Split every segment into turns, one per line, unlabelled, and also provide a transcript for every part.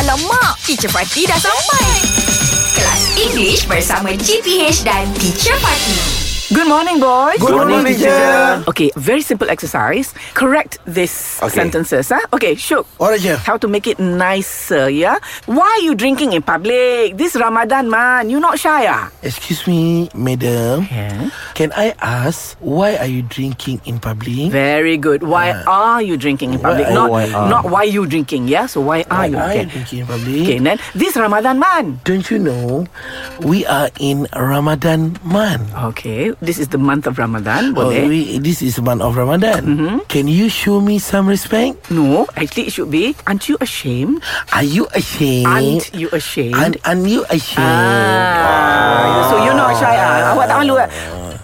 Alah mak, teacher Fatih dah sampai. Kelas English bersama GPH dan teacher Fatih.
Good morning, boys.
Good morning, teacher.
Okay, very simple exercise. Correct this
Okay.
sentences. Huh? Okay, Shuk.
Alright, teacher.
How to make it nicer, yeah? Why are you drinking in public? This Ramadan, man. You not shy, ah?
Excuse me, madam.
Yeah.
Can I ask why are you drinking in public?
Very good. Why are you drinking in public?
Why-
not,
why are-
not why you drinking, yeah? So why are
Why
you?
are you
Okay.
drinking in public?
Okay, then this Ramadan, man.
Don't you know we are in Ramadan
Oh,
month?
Okay, this is the month of Ramadan.
Oh,
Boleh?
we, this is month of Ramadan. Can you show me some respect?
No, actually it should be. Aren't you ashamed?
Are you ashamed?
Aren't you ashamed?
Aren't, aren't you ashamed?
Ah, so you know Syai ah. Awak tak malu kan?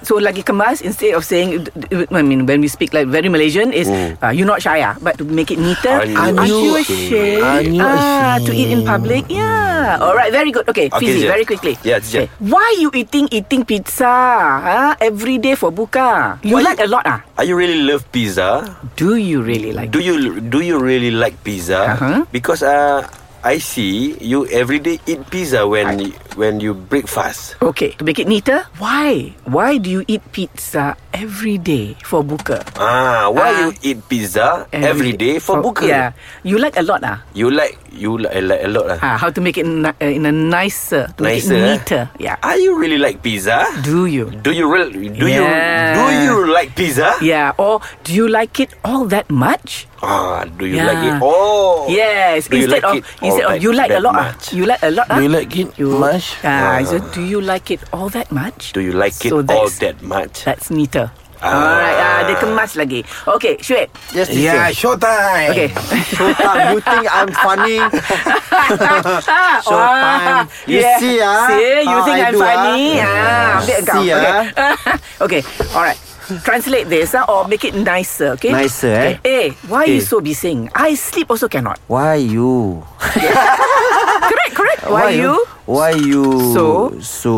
So lagi kemas Instead of saying I mean when we speak like Very Malaysian is uh, You not shy ah, But to make it neater
Oh. Are
Aren't
you
you ashamed
ashamed? Are you
ah, To eat in
ashamed?
public Yeah Alright very good Okay,
Okay,
Fizi
teacher.
very quickly
Yeah, teacher.
Why you eating Eating pizza ah, Every day for buka You
Why-
like a lot ah.
Are you really love pizza?
Do you really like
Do you do you really like pizza?
Uh-huh.
Because uh, I see you every day eat pizza when you, when you breakfast.
Okay, to make it neater, why? Why do you eat pizza every day for buka?
Ah, why
Ah.
you eat pizza every day for buka?
Yeah, you like a lot ah.
You like you like, I like a lot lah.
Ah, how to make it ni- uh, in a nicer, to make it
Nicer, eh?
neater. Yeah.
Are you really like pizza?
Ah. Do you?
Do you real do you
Yeah.
do you like pizza?
Yeah. Or do you like it all that much?
Ah, do you
Yeah.
like it? Oh.
Yes.
Do you
instead
like
of
it
instead
all
of you
that-
like a
that
lot. ah.
much?
You like a lot.
Do
ah.
Oh, you like it much?
Ah,
Ah.
so do you like it all that much?
Do you like it
So
all
that's-
that much?
That's neater.
Ah.
Alright, ah, dia kemas lagi. Okay, Syed.
Yes, teacher.
Yeah, showtime.
Okay.
Showtime. You think I'm funny?
Wah,
Showtime. You see, ah?
Ah, See, you
How
think
I
I'm
do, ah?
funny. Ah,
Yeah.
ambil kau.
See, ah.
okay. okay, all right. Translate this ah, or make it nicer, okay?
Nicer, eh?
Eh, why you
Eh.
so busy? I sleep also cannot.
Why you?
Correct, correct. Why, you?
Why you?
So?
So...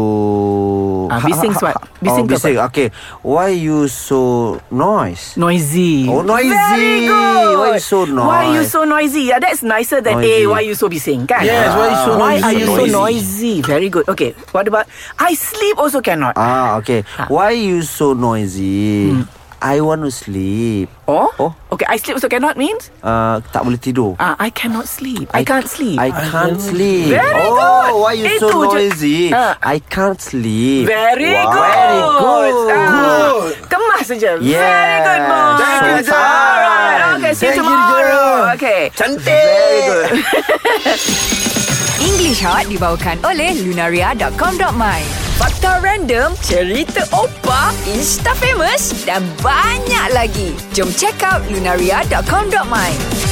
Ah, bising what? Bising
Bising oh,
ke
bising. Okay. Why you so noise?
Mm. Noisy.
Oh, noisy.
Very good.
Why you so
Why you
noise?
so noisy? Yeah, that's nicer than eh.
Noisy.
Why you so busy? Kan?
Yes, Ah. why you so
Why
noisy?
are you so
Noisy.
noisy? Very good. Okay. What about I sleep also cannot?
Ah, okay.
Ha.
Why you so noisy?
Mm.
I want to sleep.
Or
Oh.
okay, I sleep also cannot means
Uh, tak boleh tidur.
ah I cannot sleep. I, can't sleep.
I can't sleep.
Very
oh,
good.
why you
Itu je.
so noisy?
Ah.
I can't sleep.
Very
Wow.
good.
Very
Ah,
good.
Kemas saja.
Yeah.
Very good, boy.
Thank you, teacher.
Alright. Okay, see you
Thank you,
tomorrow.
teacher.
okay.
Very good.
English Hot dibawakan oleh Lunaria.com.my Fakta random, cerita opa, insta famous dan banyak lagi. Jom check out Lunaria.com.my